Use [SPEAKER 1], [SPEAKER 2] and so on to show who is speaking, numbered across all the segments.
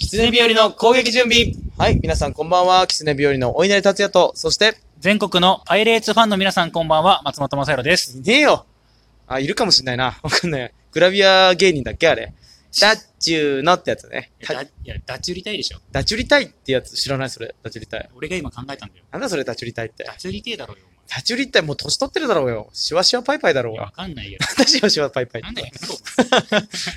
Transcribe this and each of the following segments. [SPEAKER 1] 狐日和の攻撃準備。はい、皆さんこんばんは。狐日和のお稲荷達也と、そして、
[SPEAKER 2] 全国のパイレーツファンの皆さんこんばんは、松本正宏です。
[SPEAKER 1] いねえよ。あ、いるかもしんないな。 わかんない。グラビア芸人だっけあれ。ダッチューのってやつね。
[SPEAKER 2] だいや、ダチュリたいでしょ。
[SPEAKER 1] ダチュリタイってやつ知らないそれ。ダチュリタイ。
[SPEAKER 2] 俺が今考えたんだよ。
[SPEAKER 1] なんだそれダチュリタイって
[SPEAKER 2] ダ。チュリてえだろうよ、お
[SPEAKER 1] ダチュリタイもう年取ってるだろうよ。シワシワパイパイだろう
[SPEAKER 2] 前。いやわ
[SPEAKER 1] が。
[SPEAKER 2] かんないよ。
[SPEAKER 1] なんだシワシワパイパイ
[SPEAKER 2] な
[SPEAKER 1] っ
[SPEAKER 2] んだよ
[SPEAKER 1] て。、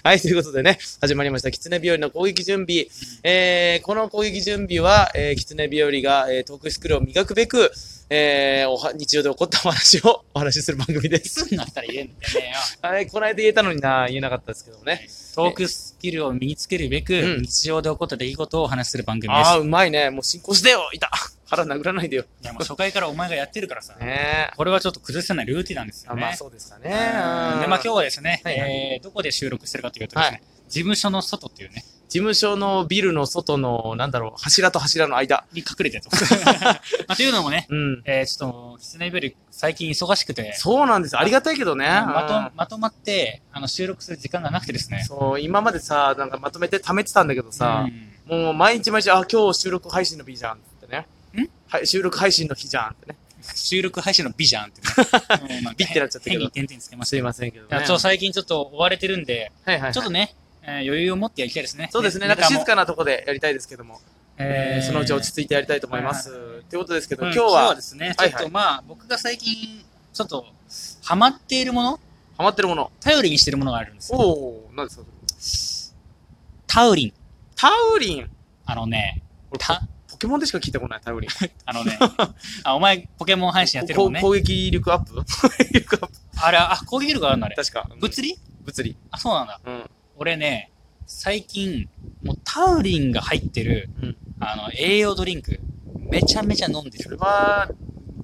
[SPEAKER 1] はい、ということでね、始まりました。狐日和の攻撃準備。えー、この攻撃準備は、えー、狐日和が、えー、トークスクールを磨くべく、えー、おは日常で起こったお話を お話しする番組です。
[SPEAKER 2] すんなったら言えんだよね
[SPEAKER 1] あれ、この間言えたのにな、言えなかったですけどもね。
[SPEAKER 2] トークスキルを身につけるべく、
[SPEAKER 1] うん
[SPEAKER 2] 日常で起こった出来事をお話しする番組です。
[SPEAKER 1] ああ、うまいね。もう進行してよいた腹殴らないでよ。
[SPEAKER 2] いや、もう初回からお前がやってるからさ。
[SPEAKER 1] ねえ。
[SPEAKER 2] これはちょっと崩せないルーティンなんですよ
[SPEAKER 1] あ
[SPEAKER 2] ね。
[SPEAKER 1] まあ、そうですかね。
[SPEAKER 2] うんで、まあ今日はですね、
[SPEAKER 1] はいはい
[SPEAKER 2] えーどこで収録してるかというとですね、
[SPEAKER 1] は
[SPEAKER 2] 事務所の外っていうね、
[SPEAKER 1] 事務所のビルの外の、なんだろう、柱と柱の間。
[SPEAKER 2] に隠 れてると。まあ、というのもね、
[SPEAKER 1] うん。
[SPEAKER 2] えーちょっと、キツネベル最近忙しくて、
[SPEAKER 1] そうなんです。ありがたいけどね。
[SPEAKER 2] まとまとまってあの収録する時間がなくてですね。
[SPEAKER 1] そう、今までさ、なんかまとめて貯めてたんだけどさ
[SPEAKER 2] う、ん
[SPEAKER 1] もう毎日毎日、あ、今日収録配信の日じゃんってね。
[SPEAKER 2] ん
[SPEAKER 1] はい、収録配信の日じゃんってね。
[SPEAKER 2] 収録配信の美じゃんって ね。うんまあ
[SPEAKER 1] 美ってなっちゃったけど
[SPEAKER 2] 変に点々つけまし
[SPEAKER 1] すいませんけど
[SPEAKER 2] た。
[SPEAKER 1] ね。
[SPEAKER 2] ちょっと最近ちょっと追われてるんで、
[SPEAKER 1] はいはいはい。
[SPEAKER 2] ちょっとね、えー余裕を持ってやりたいですね。
[SPEAKER 1] そうですね、なんか静
[SPEAKER 2] ネタも
[SPEAKER 1] かなとこでやりたいですけども、え
[SPEAKER 2] え
[SPEAKER 1] ーそのうち落
[SPEAKER 2] 着
[SPEAKER 1] ち着いてやりたいと思います。
[SPEAKER 2] はいはい
[SPEAKER 1] ということですけど、
[SPEAKER 2] 今
[SPEAKER 1] 今
[SPEAKER 2] 日
[SPEAKER 1] 日
[SPEAKER 2] は
[SPEAKER 1] は
[SPEAKER 2] で、すね、ち
[SPEAKER 1] は
[SPEAKER 2] ょ
[SPEAKER 1] い
[SPEAKER 2] っとまあ、僕が最近、ちょっと、ハマっているもの、
[SPEAKER 1] ハマってるもの。
[SPEAKER 2] 頼りにしてるものがあるんですよ。
[SPEAKER 1] おおなんですか
[SPEAKER 2] タウリン。
[SPEAKER 1] タウリン。
[SPEAKER 2] あのね、
[SPEAKER 1] 俺
[SPEAKER 2] た
[SPEAKER 1] ポケモンでしか聞いたことない、タウリン。
[SPEAKER 2] あ のね、あ、お前、ポケモン配信やってるもんね
[SPEAKER 1] こ。攻撃力アッ プ攻撃力アップ。
[SPEAKER 2] あれ、あ、攻撃力があるんだ、あれ。
[SPEAKER 1] 確か。うん
[SPEAKER 2] 物理
[SPEAKER 1] 物理。
[SPEAKER 2] あ、そうなんだ。
[SPEAKER 1] うん。
[SPEAKER 2] 俺ね、最近、もうタウリンが入ってる、
[SPEAKER 1] うん
[SPEAKER 2] あの、栄養ドリンク、めちゃめちゃ飲んで
[SPEAKER 1] それ
[SPEAKER 2] る。
[SPEAKER 1] は、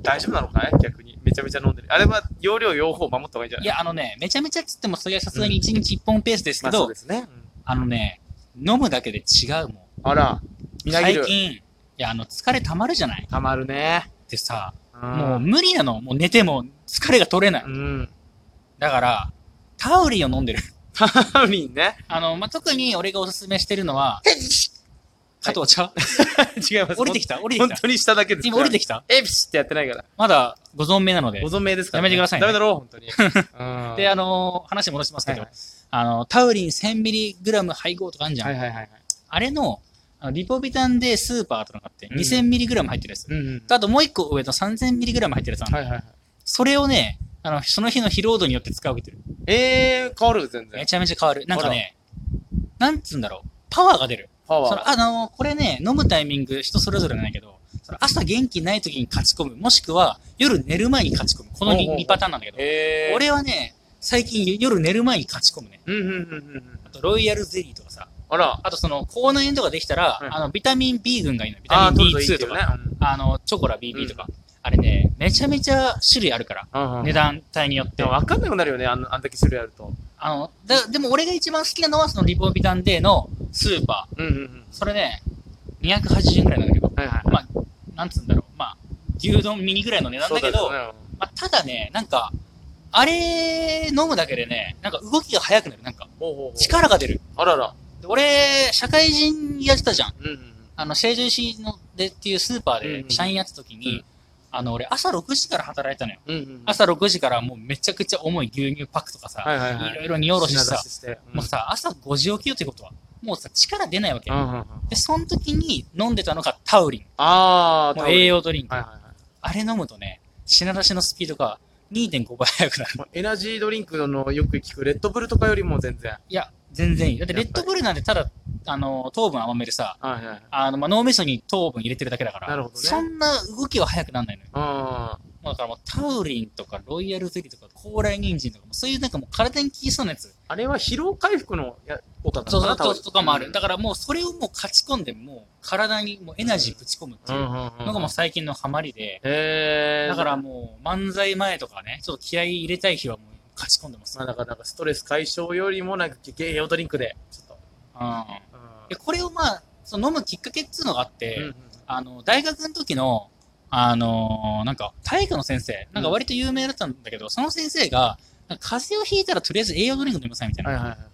[SPEAKER 1] 大丈夫なのかね逆に。めちゃめちゃ飲んでる。あれは、容量、用法を守った方がいいんじゃない
[SPEAKER 2] いや、あのね、めちゃめちゃっつっても、それはさすがに1日1本ペースです
[SPEAKER 1] ま
[SPEAKER 2] け
[SPEAKER 1] あ、
[SPEAKER 2] ど、
[SPEAKER 1] そうですね。うん
[SPEAKER 2] あ、のね、飲むだけで違うも
[SPEAKER 1] あら、
[SPEAKER 2] ん。
[SPEAKER 1] みなぎ
[SPEAKER 2] 最
[SPEAKER 1] る。
[SPEAKER 2] 近、いや、あの、疲れ溜まるじゃない
[SPEAKER 1] たまるね。
[SPEAKER 2] ってさ、も
[SPEAKER 1] も
[SPEAKER 2] う無理なの。もう寝ても疲れが取れない。
[SPEAKER 1] うん。
[SPEAKER 2] だから、タウリンを飲んでる。
[SPEAKER 1] タウリンね。
[SPEAKER 2] あの、まあ、特に俺がおすすめしてるのは、加藤茶、
[SPEAKER 1] 違いま
[SPEAKER 2] 降りてきた降りてき
[SPEAKER 1] 本
[SPEAKER 2] た
[SPEAKER 1] 当に下だけです。
[SPEAKER 2] 今降りて
[SPEAKER 1] き
[SPEAKER 2] きた
[SPEAKER 1] た。エピシってやってないから。
[SPEAKER 2] まだご存命なので
[SPEAKER 1] ご。存命ですから、
[SPEAKER 2] やめてくださいね
[SPEAKER 1] ダメだろう、本 当に。うん
[SPEAKER 2] で、あのー話戻しますけど、
[SPEAKER 1] はい
[SPEAKER 2] あの、タウリン 1000mg 配合とかあるじゃん。
[SPEAKER 1] はいはいはいはい。
[SPEAKER 2] あれの、あのリポビタンでスーパーとかがあって、
[SPEAKER 1] うん
[SPEAKER 2] 2000mg 入ってるやつ。
[SPEAKER 1] うんうん。
[SPEAKER 2] とあともう一個上の 3000mg 入ってるやつなんだ、
[SPEAKER 1] はいはいはい。
[SPEAKER 2] それをね、あの、その日の疲労度によって使うけてる。
[SPEAKER 1] えー、変わる全
[SPEAKER 2] め
[SPEAKER 1] 然。
[SPEAKER 2] ちゃめちゃ変わる。なんかね、なんつうんだろう。パワーが出る。
[SPEAKER 1] パ
[SPEAKER 2] そ
[SPEAKER 1] ワー。
[SPEAKER 2] のあのーこれね、飲むタイミング人それぞれなんだけど、その朝元気ない時に勝ち込む、もしくは夜寝る前に勝ち込む。この
[SPEAKER 1] ほうほうほう
[SPEAKER 2] 2, パターンなんだけど、
[SPEAKER 1] えー。
[SPEAKER 2] 俺はね、最近夜寝る前に勝ち込むね。
[SPEAKER 1] うんうんうんうんうん。
[SPEAKER 2] あとロイヤルゼリーとかさ、
[SPEAKER 1] あら。
[SPEAKER 2] あとその、口内炎とかできた
[SPEAKER 1] は
[SPEAKER 2] ら、
[SPEAKER 1] い
[SPEAKER 2] あの、ビタミン B 群がいいの。ビ
[SPEAKER 1] あ
[SPEAKER 2] タ
[SPEAKER 1] ー
[SPEAKER 2] ミ
[SPEAKER 1] 取
[SPEAKER 2] ン
[SPEAKER 1] るいい
[SPEAKER 2] B2
[SPEAKER 1] け
[SPEAKER 2] と
[SPEAKER 1] ど
[SPEAKER 2] か、
[SPEAKER 1] ね
[SPEAKER 2] あの、チョコラ BB とか、あれね、めちゃめちゃ種類あるから、
[SPEAKER 1] うんうんうん
[SPEAKER 2] 値段帯によっ
[SPEAKER 1] で
[SPEAKER 2] て
[SPEAKER 1] も
[SPEAKER 2] は。
[SPEAKER 1] 分かんなくなるよね、あんあんだけ種類あると。
[SPEAKER 2] あの、だでも俺が一番好きなのはそのリポビタンデーのスーパー。
[SPEAKER 1] うんうんうん。
[SPEAKER 2] それね、280円ぐらいなんだけど、
[SPEAKER 1] はいはい。
[SPEAKER 2] まあ、なんつうんだろう、まあ、牛丼ミニぐらいの値段だけど、
[SPEAKER 1] そうよね
[SPEAKER 2] まあ、ただね、なんか、あれ飲むだけでね、なんか動きが速くなる。なんか、
[SPEAKER 1] ほうほうほう
[SPEAKER 2] 力が出る。
[SPEAKER 1] あらら。
[SPEAKER 2] で俺、社会人やってたじゃん。
[SPEAKER 1] うんうんうん。
[SPEAKER 2] あの、成城石井のでっていうスーパ
[SPEAKER 1] う
[SPEAKER 2] ー
[SPEAKER 1] んうん
[SPEAKER 2] で社員やってた時に、
[SPEAKER 1] うん
[SPEAKER 2] あの、俺朝6時から働いてたのよ。
[SPEAKER 1] うんうん。
[SPEAKER 2] 朝6時からもうめちゃくちゃ重い牛乳パックとかさ、
[SPEAKER 1] はいいはいはい。
[SPEAKER 2] ろいろ荷おろししてさ
[SPEAKER 1] 品、出して。
[SPEAKER 2] もうさ、朝5時起きよってことは、もうさ、力出ないわけ。
[SPEAKER 1] うんうんうんうん。
[SPEAKER 2] で、その時に飲んでたのがタウリ
[SPEAKER 1] あ
[SPEAKER 2] ン。
[SPEAKER 1] ー、タオ
[SPEAKER 2] もう
[SPEAKER 1] ル
[SPEAKER 2] 栄養ドリンク。
[SPEAKER 1] はいはいはい。
[SPEAKER 2] あれ飲むとね、品出しのスピードが2.5倍速くなる。
[SPEAKER 1] まあエナジードリンクのよく聞くレッドブルとかよりも全然。
[SPEAKER 2] いや、全然いい。だってレ
[SPEAKER 1] やっぱり
[SPEAKER 2] ッドブルなんてただ、あの、糖分甘めでさ、
[SPEAKER 1] はいはいはい。
[SPEAKER 2] あの、まあ、脳みそに糖分入れてるだけだから、
[SPEAKER 1] なるほどね
[SPEAKER 2] そんな動きは速くならないのよ。
[SPEAKER 1] あ
[SPEAKER 2] もうだからもうタウリンとかロイヤルゼリーとか高麗人参とかもうそういうなんかもう体に効きそうなやつ
[SPEAKER 1] あれは疲労回復のや効果な
[SPEAKER 2] そ
[SPEAKER 1] の
[SPEAKER 2] う
[SPEAKER 1] か
[SPEAKER 2] そう
[SPEAKER 1] な
[SPEAKER 2] そうとかもある、
[SPEAKER 1] うん
[SPEAKER 2] だからもうそれをもう勝ち込んでもう体にもうエナジーぶち込むって
[SPEAKER 1] う
[SPEAKER 2] い
[SPEAKER 1] んう
[SPEAKER 2] うん
[SPEAKER 1] うん。
[SPEAKER 2] のがもう最近のハマりで、
[SPEAKER 1] へー
[SPEAKER 2] だから、もう漫才前とかねちょっと気合い入れたい日はもう勝ち込んでます、
[SPEAKER 1] まあだからなんかストレス解消よりもなんか栄養ドリンクで、ちょっと。
[SPEAKER 2] うん
[SPEAKER 1] うん
[SPEAKER 2] でこれをまあその飲むきっかけっつうのがあって、
[SPEAKER 1] うんうん
[SPEAKER 2] あの大学の時のあのーなんか体育の先生なんか割と有名だったんだけど、その先生がなんか風邪をひいたらとりあえず栄養ドリンク飲みなさいみたいな
[SPEAKER 1] はいはいはいはい。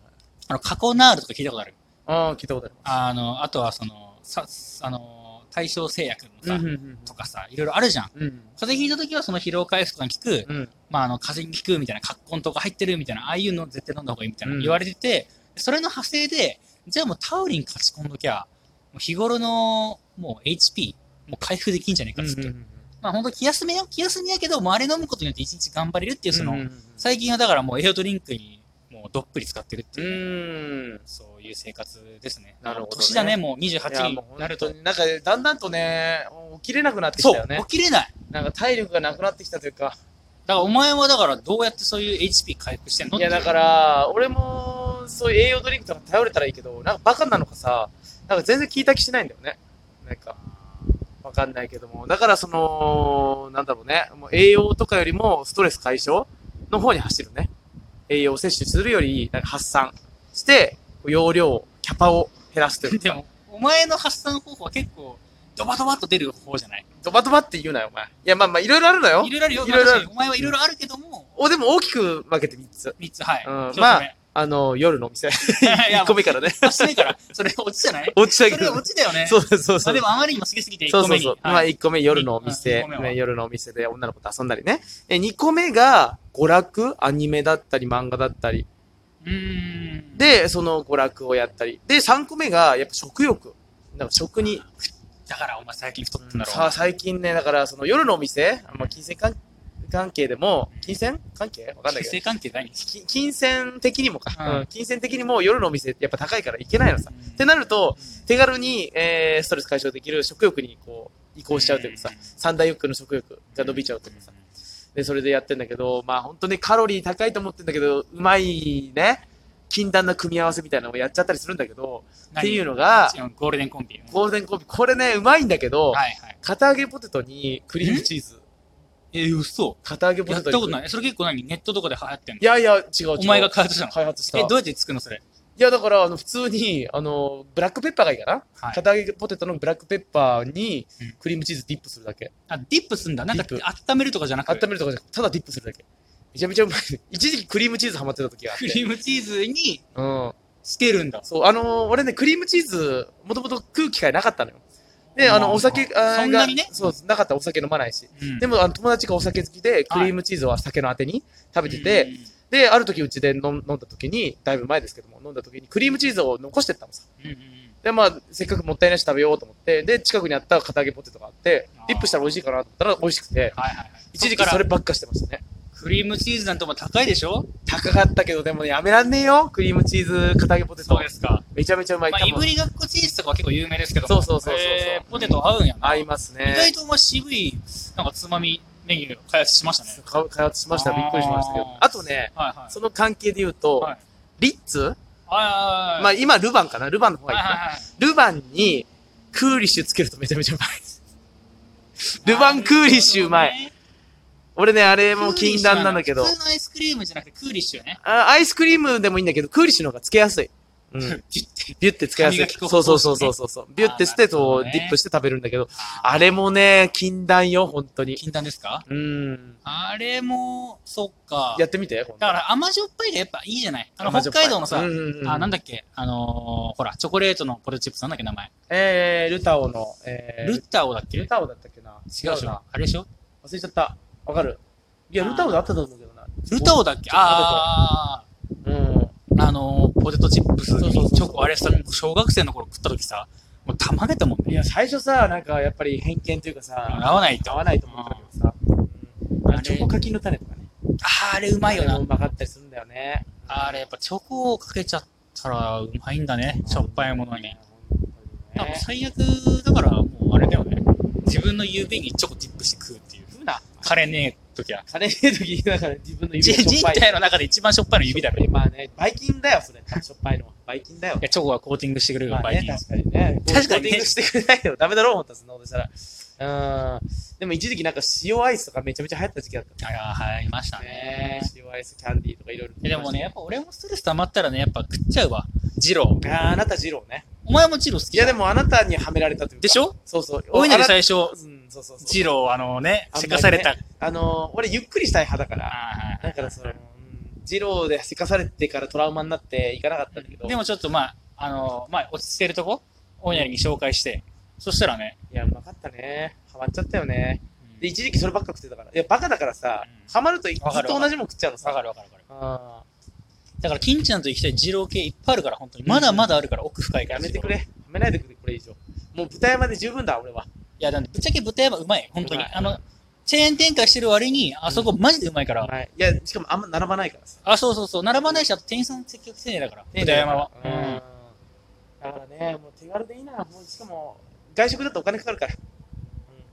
[SPEAKER 2] あの、カコナールとか聞いたことある。
[SPEAKER 1] ああ、聞いたことあり
[SPEAKER 2] あの、あとはその、さ、あの、対象製薬のさ、
[SPEAKER 1] ます。うんうん
[SPEAKER 2] とかさ、いろいろあるじゃん。
[SPEAKER 1] うん。
[SPEAKER 2] 風邪ひいた時はその疲労回復が効く、
[SPEAKER 1] うん。うん。
[SPEAKER 2] まあ、あの、風邪に効くみたいな、葛根とか入ってるみたいな、ああいうの絶対飲んだ方がいいみたいな
[SPEAKER 1] うん
[SPEAKER 2] 言われてて、それの派生で、じゃあもうタウリン勝ち込んどきゃ、もう日頃の、もう HP、もう回復できんじゃねえかっつって。
[SPEAKER 1] うん
[SPEAKER 2] まあ本当気休めよ、気休みやけど、もうあれ飲むことによって一日頑張れるっていう、その、
[SPEAKER 1] うんうんうん
[SPEAKER 2] 最近はだからもう栄養ドリンクにもうどっぷり使ってるって
[SPEAKER 1] う
[SPEAKER 2] いう、
[SPEAKER 1] ーん。
[SPEAKER 2] そういう生活ですね。
[SPEAKER 1] なるほどね
[SPEAKER 2] 年だね、もう
[SPEAKER 1] いや
[SPEAKER 2] 28に
[SPEAKER 1] もう本当
[SPEAKER 2] なると。
[SPEAKER 1] になんか、だんだんとね、起きれなくなってき
[SPEAKER 2] そ
[SPEAKER 1] た
[SPEAKER 2] う
[SPEAKER 1] よ、ね。
[SPEAKER 2] 起きれない。
[SPEAKER 1] なんか体力がなくなってきたというか。
[SPEAKER 2] だからお前はだからどうやってそういう HP 回復してんの
[SPEAKER 1] いや、だから、俺も、そういう栄養ドリンクとか頼れたらいいけど、なんかバカなのかさ、なんか全然聞いた気しないんだよね。なんか、わかんないけども。だから、その、なんだろうね。もう栄養とかよりもストレス解消の方に走るね。栄養を摂取するより、なんか発散して、容量、キャパを減らすという
[SPEAKER 2] で
[SPEAKER 1] か。
[SPEAKER 2] も、お前の発散方法は結構、ドバドバっと出る方じゃない
[SPEAKER 1] ドバドバって言うなよ、お前。いや、まあまあ、いろいろあるのよ
[SPEAKER 2] い。ろいろあるよ。
[SPEAKER 1] いろいろある
[SPEAKER 2] 確かにお前はいろいろあるけども、
[SPEAKER 1] お、でも大きく分けて3つ。
[SPEAKER 2] 3つ、はい。
[SPEAKER 1] うん
[SPEAKER 2] 一つ目
[SPEAKER 1] まあの、夜のお 店。
[SPEAKER 2] いや、
[SPEAKER 1] 1個目からね。
[SPEAKER 2] まあしないから、それ落ちじゃな い
[SPEAKER 1] 落ちちゃう
[SPEAKER 2] そ
[SPEAKER 1] け
[SPEAKER 2] れ
[SPEAKER 1] ど。
[SPEAKER 2] 落ちだよね。
[SPEAKER 1] そうそうそう
[SPEAKER 2] ま
[SPEAKER 1] そ
[SPEAKER 2] あ、
[SPEAKER 1] う
[SPEAKER 2] で。もあまりにも好きすぎて1
[SPEAKER 1] そう
[SPEAKER 2] 個
[SPEAKER 1] そ
[SPEAKER 2] 目
[SPEAKER 1] う
[SPEAKER 2] に。
[SPEAKER 1] そう。ま
[SPEAKER 2] は
[SPEAKER 1] あ、
[SPEAKER 2] い
[SPEAKER 1] 1個目、夜のお
[SPEAKER 2] うん
[SPEAKER 1] 店
[SPEAKER 2] 一個目。は
[SPEAKER 1] ね夜のお店で女の子と遊んだりね。え、2個目が、娯楽、アニメだったり、漫画だったり。
[SPEAKER 2] うーん。、
[SPEAKER 1] で、その娯楽をやったり。で、3個目が、やっぱ食欲。なんか食に。
[SPEAKER 2] だからお前最近太ったんだろう
[SPEAKER 1] さあ、最近ね、だから、その夜のお店、まあ、金銭関関係でも、金銭関係わかんない
[SPEAKER 2] 血
[SPEAKER 1] けど。
[SPEAKER 2] 清関係ないんです
[SPEAKER 1] き金銭的にもか。
[SPEAKER 2] うん
[SPEAKER 1] うん金銭的にも夜のお店ってやっぱ高いから行けないのさ。ってなると、手軽に、えーストレス解消できる食欲にこう移行しちゃうというかさ、三大欲求の食欲が伸びちゃうというかさ、で、それでやってんだけど、まあ本当にカロリー高いと思ってんだけど、うまいね、禁断な組み合わせみたいなのをやっちゃったりするんだけど、っていう
[SPEAKER 2] の
[SPEAKER 1] のが、、
[SPEAKER 2] ゴールデンコンビ。
[SPEAKER 1] ゴールデンコンビ、これね、うまいんだけど、
[SPEAKER 2] はいはい。
[SPEAKER 1] 片揚げポテトにクリームチーズ、
[SPEAKER 2] え、嘘。
[SPEAKER 1] 片揚げポ
[SPEAKER 2] や
[SPEAKER 1] テト
[SPEAKER 2] った
[SPEAKER 1] に
[SPEAKER 2] ことない。それ結構何ネットとかで流行ってんの
[SPEAKER 1] いやいや、違う違う。
[SPEAKER 2] お前が開発したの
[SPEAKER 1] 開発した。
[SPEAKER 2] え、どうやって作るのそれ。
[SPEAKER 1] いや、だから、あの、普通に、あの、ブラックペッパーがいいかな、
[SPEAKER 2] はい。
[SPEAKER 1] 片揚げポテトのブラックペッパーに
[SPEAKER 2] うん
[SPEAKER 1] クリームチーズディップするだけ。
[SPEAKER 2] あ、ディップすんだ。なんか
[SPEAKER 1] ディッ
[SPEAKER 2] 温めるとかじゃなく
[SPEAKER 1] 温めるとかじゃなくて、ただディップするだけ。めちゃめちゃうまい。 一時期クリームチーズハマってた時があっ
[SPEAKER 2] ク
[SPEAKER 1] て。
[SPEAKER 2] リームチーズに
[SPEAKER 1] うん。
[SPEAKER 2] してるんだ。
[SPEAKER 1] そう、あのー俺ね、クリームチーズ、もともと食う機会なかったのよ。で、あ
[SPEAKER 2] ま
[SPEAKER 1] の、
[SPEAKER 2] あ
[SPEAKER 1] お酒が、
[SPEAKER 2] そんなにね
[SPEAKER 1] そう、なかったらお酒飲まないし。で
[SPEAKER 2] も、
[SPEAKER 1] も、あの、友達がお酒好きで、クリームチーズは酒のあてに食べてて、で、ある時うちで飲ん飲んだ時に、だいぶ前ですけども、飲んだ時にクリームチーズを残してったのさ。
[SPEAKER 2] うんうんうん、
[SPEAKER 1] で、まあ、せっかくもったいないし食べようと思って、で、近くにあった片揚げポテトがあって
[SPEAKER 2] あー、
[SPEAKER 1] ディップしたら美味しいかなと思ったら美味しくて、
[SPEAKER 2] はいはいはい。
[SPEAKER 1] 一時
[SPEAKER 2] そ
[SPEAKER 1] 期そ
[SPEAKER 2] っか
[SPEAKER 1] れ
[SPEAKER 2] ら
[SPEAKER 1] ばっかしてましたね。
[SPEAKER 2] クリームチーズなんても高いでしょ
[SPEAKER 1] 高かったけど、でもね、やめらんねえよ。クリームチーズ、片揚げポテト。
[SPEAKER 2] すか。
[SPEAKER 1] めちゃめちゃうまい。
[SPEAKER 2] まあ、
[SPEAKER 1] 多
[SPEAKER 2] い
[SPEAKER 1] 分
[SPEAKER 2] ぶりがっこチーズとかは結構有名ですけども
[SPEAKER 1] そうそうそうそうそう
[SPEAKER 2] えーポテト合うんやな。
[SPEAKER 1] 合い
[SPEAKER 2] 意
[SPEAKER 1] ますね。
[SPEAKER 2] 外とお前渋い、なんかつまみメニュー開発しましたね。
[SPEAKER 1] か開発しました。びっくりしましたけど
[SPEAKER 2] あ。ー
[SPEAKER 1] あとね、
[SPEAKER 2] はいはい。
[SPEAKER 1] その関係で言うと、
[SPEAKER 2] はい
[SPEAKER 1] リッツ
[SPEAKER 2] はいはいはい。
[SPEAKER 1] まあ今ルヴァンかなルヴァンの方がいいか
[SPEAKER 2] はい
[SPEAKER 1] な。
[SPEAKER 2] はいはい
[SPEAKER 1] ルヴァンにクーリッシュつけるとめちゃめちゃうまい。 ルヴァンクーリッシュうまい。
[SPEAKER 2] い。
[SPEAKER 1] 俺ね、あれも禁断なんだけど
[SPEAKER 2] 普。通のアイスクリームじゃなくてクーリッシュよね。
[SPEAKER 1] あアイスクリームでもいいんだけど、クーリッシュの方がつけやすい。うん。
[SPEAKER 2] ギュッて
[SPEAKER 1] ビュってつけやす
[SPEAKER 2] 歯
[SPEAKER 1] い。
[SPEAKER 2] 磨き粉
[SPEAKER 1] そうそうそうそうそうそう。ビュってして、
[SPEAKER 2] なるほ
[SPEAKER 1] こ
[SPEAKER 2] ど
[SPEAKER 1] う、
[SPEAKER 2] ね
[SPEAKER 1] ディップして食べるんだけど、あれもね、禁断よ、本当に。
[SPEAKER 2] 禁断ですか
[SPEAKER 1] うん。
[SPEAKER 2] あれも、そっか。
[SPEAKER 1] やってみて、ほんと
[SPEAKER 2] だから甘じょっぱいがやっぱいいじゃない。あの、
[SPEAKER 1] 甘じょ
[SPEAKER 2] 北
[SPEAKER 1] っぱい
[SPEAKER 2] 海道のさ、
[SPEAKER 1] うんうんうん
[SPEAKER 2] あ、なんだっけ、あのー、ほら、チョコレートのポテトチップスなんだっけ、名前。
[SPEAKER 1] えー、ルタオの、えー、
[SPEAKER 2] ルッタオだっけ違
[SPEAKER 1] ル
[SPEAKER 2] う
[SPEAKER 1] タオだったっけな
[SPEAKER 2] でしょ
[SPEAKER 1] な
[SPEAKER 2] あ。れでしょ
[SPEAKER 1] 忘れちゃった。わかるいや、ルタオだったと思うけどな。
[SPEAKER 2] ルタオだっけあ
[SPEAKER 1] オうん。
[SPEAKER 2] あ、あのー、ポテトチップス
[SPEAKER 1] そうそうそう
[SPEAKER 2] に
[SPEAKER 1] そう
[SPEAKER 2] チョコ、あれさ、小学生の頃食った時さ、もうたまげたもん
[SPEAKER 1] い
[SPEAKER 2] ね。
[SPEAKER 1] や、最初さ、なんかやっぱり偏見というかさ、
[SPEAKER 2] 合わないと。
[SPEAKER 1] 合わないと思ったけどさ、うんあ
[SPEAKER 2] あれ
[SPEAKER 1] のチョコ課金の種とかね。
[SPEAKER 2] あーあれうまいよ
[SPEAKER 1] あれも
[SPEAKER 2] な
[SPEAKER 1] う。まかったりするんだよね。
[SPEAKER 2] あれやっぱチョコをかけちゃったらうまいんだね。しょっぱいものに。。でも最悪だからもうあれだよね。自分の指にチョコディップして食うっていう。
[SPEAKER 1] 食うな。
[SPEAKER 2] 枯れねえ時は。
[SPEAKER 1] 金ねえ時だから自分の指
[SPEAKER 2] じ
[SPEAKER 1] がしょっ
[SPEAKER 2] 人
[SPEAKER 1] ぱい。
[SPEAKER 2] 体の中で一番しょっぱいの指だよ。い
[SPEAKER 1] まあね、バイキンだよ、それ。しょっぱいのは。バイキンだよ。
[SPEAKER 2] やチョコはコーティングしてくれる
[SPEAKER 1] ま
[SPEAKER 2] よ、
[SPEAKER 1] あ
[SPEAKER 2] バイ
[SPEAKER 1] ね、
[SPEAKER 2] キンは。
[SPEAKER 1] 確かにね。
[SPEAKER 2] 確かにね
[SPEAKER 1] コーティングしてくれないよ。ダメだろう、思ったそんなことしたら。うん。でも一時期なんか塩アイスとかめちゃめちゃ流行った時期だった。
[SPEAKER 2] ああ、はい、いましたね
[SPEAKER 1] ね。塩アイスキャンディーとかいろいろ。
[SPEAKER 2] えでもね、やっぱ俺もストレス溜まったらね、やっぱ食っちゃうわ。ジロー。
[SPEAKER 1] あーあなた二郎ね。
[SPEAKER 2] お前もジロー好き
[SPEAKER 1] い
[SPEAKER 2] じゃ
[SPEAKER 1] や
[SPEAKER 2] ん
[SPEAKER 1] で。もあなたにはめられたというか。
[SPEAKER 2] でしょ
[SPEAKER 1] そうそう。
[SPEAKER 2] おいな
[SPEAKER 1] あ
[SPEAKER 2] り
[SPEAKER 1] な
[SPEAKER 2] 最初、
[SPEAKER 1] うん、そうそうそう。
[SPEAKER 2] ジロー、あのね、
[SPEAKER 1] あんまりね
[SPEAKER 2] せかされた。
[SPEAKER 1] あのー、俺ゆっくりしたい派だから。
[SPEAKER 2] あ
[SPEAKER 1] だからその、うん二郎でせかされてからトラウマになって行かなかったんだけど。
[SPEAKER 2] ーでもちょっとまあ、あの、まあ、落ち着けるとこ、オンエアに紹介して、そしたらね、
[SPEAKER 1] いや、うまかったね。ハマっちゃったよね。
[SPEAKER 2] うん
[SPEAKER 1] で、一時期そればっか食ってたから。いや、バカだからさ
[SPEAKER 2] う、ん
[SPEAKER 1] ハマるとずっ
[SPEAKER 2] わかる
[SPEAKER 1] と同じもん食っちゃうの
[SPEAKER 2] わ
[SPEAKER 1] さ。
[SPEAKER 2] かるわかるわかる。
[SPEAKER 1] あ
[SPEAKER 2] だから、金ちゃんと行きたい二郎系いっぱいあるから、本当に。まだまだあるから、奥深い
[SPEAKER 1] ー
[SPEAKER 2] から。
[SPEAKER 1] やめてくれ。。やめないでくれ、これ以上。もう豚山で十分だ、俺は。
[SPEAKER 2] いや、だってぶっちゃけ豚山うまい。本当に。
[SPEAKER 1] うまい
[SPEAKER 2] あの、チェーン展開してる割に、あそこマジでうまいから。
[SPEAKER 1] はい。いや、しかもあんま並ばないからさ。
[SPEAKER 2] あ、そうそうそう。並ばないし、あと店員さん積極丁寧だから。豚山は。
[SPEAKER 1] うん。だからね、もう手軽でいいな。もうしかも、外食だとお金かかるから。うん。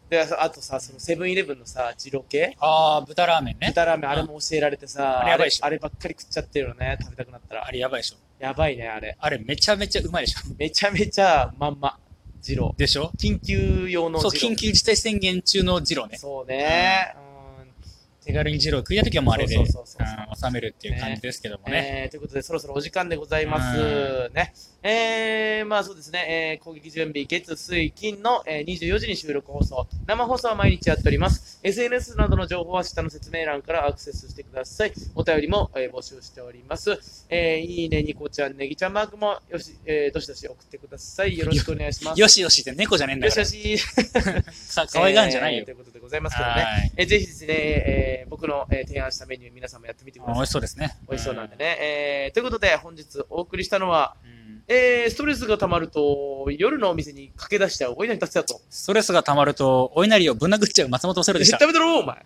[SPEAKER 1] で、ああとさ、そのセブンイレブンのさ、二郎系
[SPEAKER 2] あー、豚ラーメンね。
[SPEAKER 1] 豚ラーメン、あれも教えられてさ、
[SPEAKER 2] あれやばいっしょ
[SPEAKER 1] あれあればっかり食っちゃってるよね、食べたくなったら
[SPEAKER 2] あ。れやばいでしょ。
[SPEAKER 1] やばいね、あれ。
[SPEAKER 2] あれめちゃめちゃうまいでしょ。
[SPEAKER 1] めちゃめちゃまんま、二郎。
[SPEAKER 2] でしょ
[SPEAKER 1] 緊急用の二
[SPEAKER 2] そ
[SPEAKER 1] 郎。
[SPEAKER 2] う、緊急事態宣言中のジローね。
[SPEAKER 1] そうね。うん。
[SPEAKER 2] 手軽にジロー食いた時はもうあれで、
[SPEAKER 1] そ
[SPEAKER 2] うん
[SPEAKER 1] うそうそうそう
[SPEAKER 2] 収めるっていう感じですけどもね。
[SPEAKER 1] えーということで、そろそろお時間でございます。ね。えー、まあそうですね、えー攻撃準備、月、水、金の、えー24時に収録放送、生放送は毎日やっております。SNS などの情報は下の説明欄からアクセスしてください。お便りも、えー募集しております。えーいいね、ニコちゃん、ネギちゃんマークも、よし、えーどしどし送ってください。よろしくお願いします。
[SPEAKER 2] よしよしって猫じゃねえん
[SPEAKER 1] よ
[SPEAKER 2] だ
[SPEAKER 1] し
[SPEAKER 2] から
[SPEAKER 1] よ。し。
[SPEAKER 2] さ可愛がんじゃない
[SPEAKER 1] えー
[SPEAKER 2] よ
[SPEAKER 1] と。いうことでございますけどね。
[SPEAKER 2] はい。
[SPEAKER 1] えーぜひですね、えー僕の、えー提案したメニュー、皆さんもやってみてくだ
[SPEAKER 2] 美
[SPEAKER 1] さい
[SPEAKER 2] 味。しそうですね。
[SPEAKER 1] 美味しそうなんでね。えーということで、本日お送りしたのは、
[SPEAKER 2] うん。うん
[SPEAKER 1] えーストレスが溜まると、夜のお店に駆け出しちゃう、お稲荷達也と。
[SPEAKER 2] ストレスが溜まると、お稲荷をぶん殴っちゃう松本セロでした
[SPEAKER 1] ダ。メだろ、お前。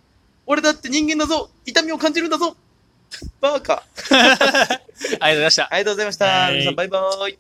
[SPEAKER 1] 俺だって人間だぞ痛みを感じるんだぞバカ
[SPEAKER 2] ありがとうございました。
[SPEAKER 1] ありがとうございました。
[SPEAKER 2] はい
[SPEAKER 1] 皆さん、バイバーイ。